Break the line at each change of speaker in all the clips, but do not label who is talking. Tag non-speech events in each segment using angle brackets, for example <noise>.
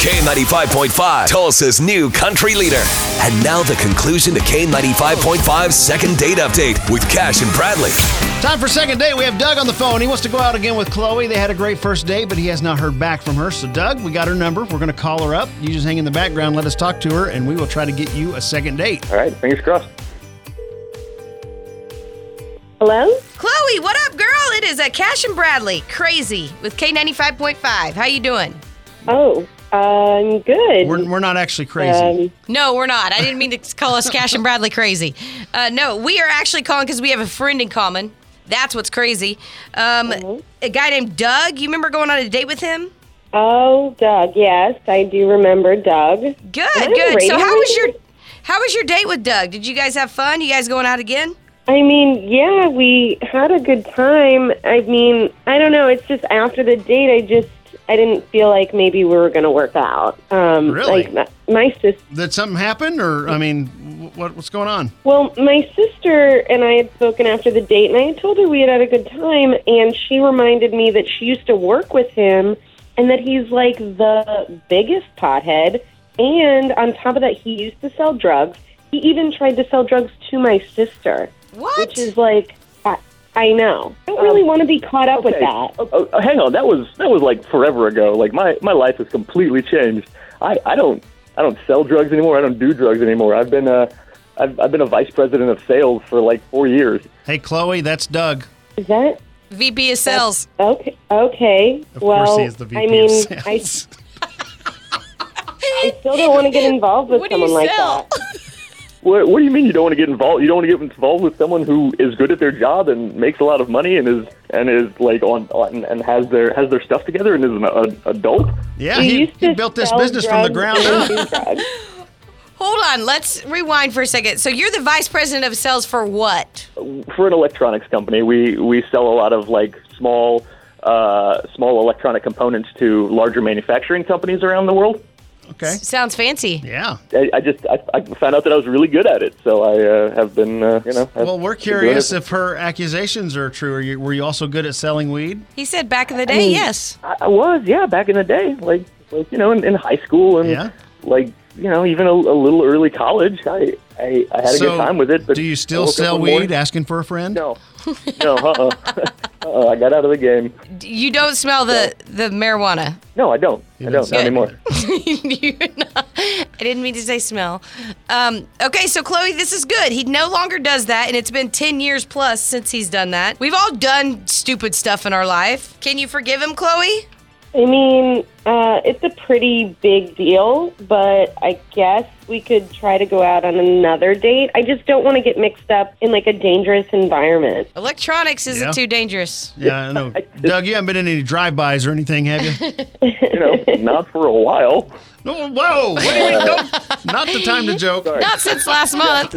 K95.5, Tulsa's new country leader. And now the conclusion to K95.5's second date update with Cash and Bradley.
Time for second date. We have Doug on the phone. He wants to go out again with Chloe. They had a great first date, but he has not heard back from her. So, Doug, we got her number. We're going to call her up. You just hang in the background, let us talk to her, and we will try to get you a second date.
All right, fingers crossed.
Hello?
Chloe, what up, girl? It is a Cash and Bradley, crazy with K95.5. How you doing?
Oh, I'm good.
We're, we're not actually crazy.
Um,
No, we're not. I didn't mean to call us Cash and Bradley crazy. Uh, no, we are actually calling because we have a friend in common. That's what's crazy. Um, A guy named Doug. You remember going on a date with him?
oh, Doug. Yes, I do remember Doug.
Good,
Am I on the
good. So
radio
how was
right
your
now?
how was your date with Doug? Did you guys have fun? You guys going out again?
I mean, yeah, we had a good time. I mean, I don't know. It's just after the date, I just I didn't feel like maybe we were going to work out. Um,
Really?
Like my, my sis.
Did something happen, or, I mean, wh- what, what's going on?
Well, my sister and I had spoken after the date, and I had told her we had had a good time, and she reminded me that she used to work with him and that he's like the biggest pothead. And on top of that, he used to sell drugs. He even tried to sell drugs to my sister,
What? Oh.
which is like, I, I know. I don't really want to be caught up with
Okay.
that.
Oh, oh, hang on, that was that was like forever ago. Like my my life has completely changed. I I don't I don't sell drugs anymore. I don't do drugs anymore. I've been a I've, I've been a vice president of sales for like four years.
Hey, Chloe, that's Doug.
Is that
VP of sales.
okay? Okay.
Of
well,
course, he is the VP
I mean,
of
I
sales.
I still don't want to get involved with
What do you
someone like
sell?
that.
What, what do you mean you don't want to get involved? You don't want to get involved with someone who is good at their job and makes a lot of money and is and is like on, on and has their has their stuff together and is an a, adult.
<laughs> yeah,
We
he,
used
he
to
built this
sell
business from the ground
drugs
up.
and do drugs.
Hold on. Let's rewind for a second. So you're the vice president of sales for what?
for an electronics company, we we sell a lot of like small uh, small electronic components to larger manufacturing companies around the world.
Okay.
Sounds fancy.
Yeah.
I, I just I, I found out that I was really good at it, so I uh, have been uh, you know. I've-
Well, we're
I've been doing
curious
it.
if her accusations are true. Are you, were you also good at selling weed?
He said back in the day, yes.
I, I was, yeah, back in the day, like like you know, in, in high school and
Yeah.
like you know, even a, a little early college. I I, I had a
so
good time with it. But
do you
I
still
woke up
sell
one morning-
weed? Asking for a friend?
<laughs> No, no, uh, uh-uh. <laughs> uh, I got out of the game.
D- You don't smell the, the marijuana.
No, I don't. I
didn't
don't
sell it.
not anymore.
You know, I didn't mean to say smell. Um, okay, so Chloe, this is good. He no longer does that, and it's been 10 years plus since he's done that. We've all done stupid stuff in our life. Can you forgive him, Chloe?
I mean, uh, it's a pretty big deal, but I guess we could try to go out on another date. I just don't want to get mixed up in like a dangerous environment.
Oh.
Electronics isn't
Yeah.
too dangerous.
Yeah, I know. Doug, you haven't been in any drive-bys or anything, have you?
You know, not for a while.
no, whoa! What do you mean? Don't, not the time to joke.
Not since last month.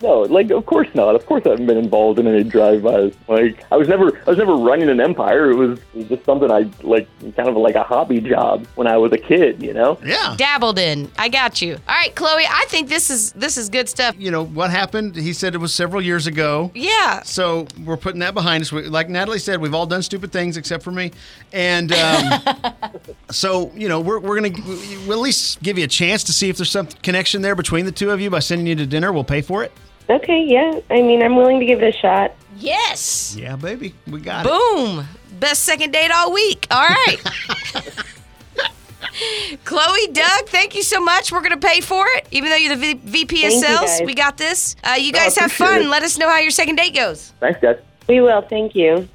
No, like of course not. Of course I haven't been involved in any drive-bys. Like I was never, I was never running an empire. It was, it was just something I like, kind of like a hobby job when I was a kid. You know.
Yeah.
Dabbled in. I got you. All right, Chloe, I think this is this is good stuff.
You know what happened? He said it was several years ago.
Yeah.
So we're putting that behind us. We, like Natalie said, we've all done stupid things except for me. And um, so, you know, we're, we're going to we'll at least give you a chance to see if there's some connection there between the two of you by sending you to dinner. We'll pay for it.
Okay, yeah. I mean, I'm willing to give it a shot.
Yes.
Yeah, baby. We got it.
Boom. Best second date all week. All
<laughs>
right. Chloe, Doug, thank you so much. We're going to pay for it, even though you're the v- VP of
Thank you,
sales.
guys.
We got this. Uh, you guys have
appreciate
fun.
it.
Let us know how your second date goes.
Thanks, guys.
We will. Thank you.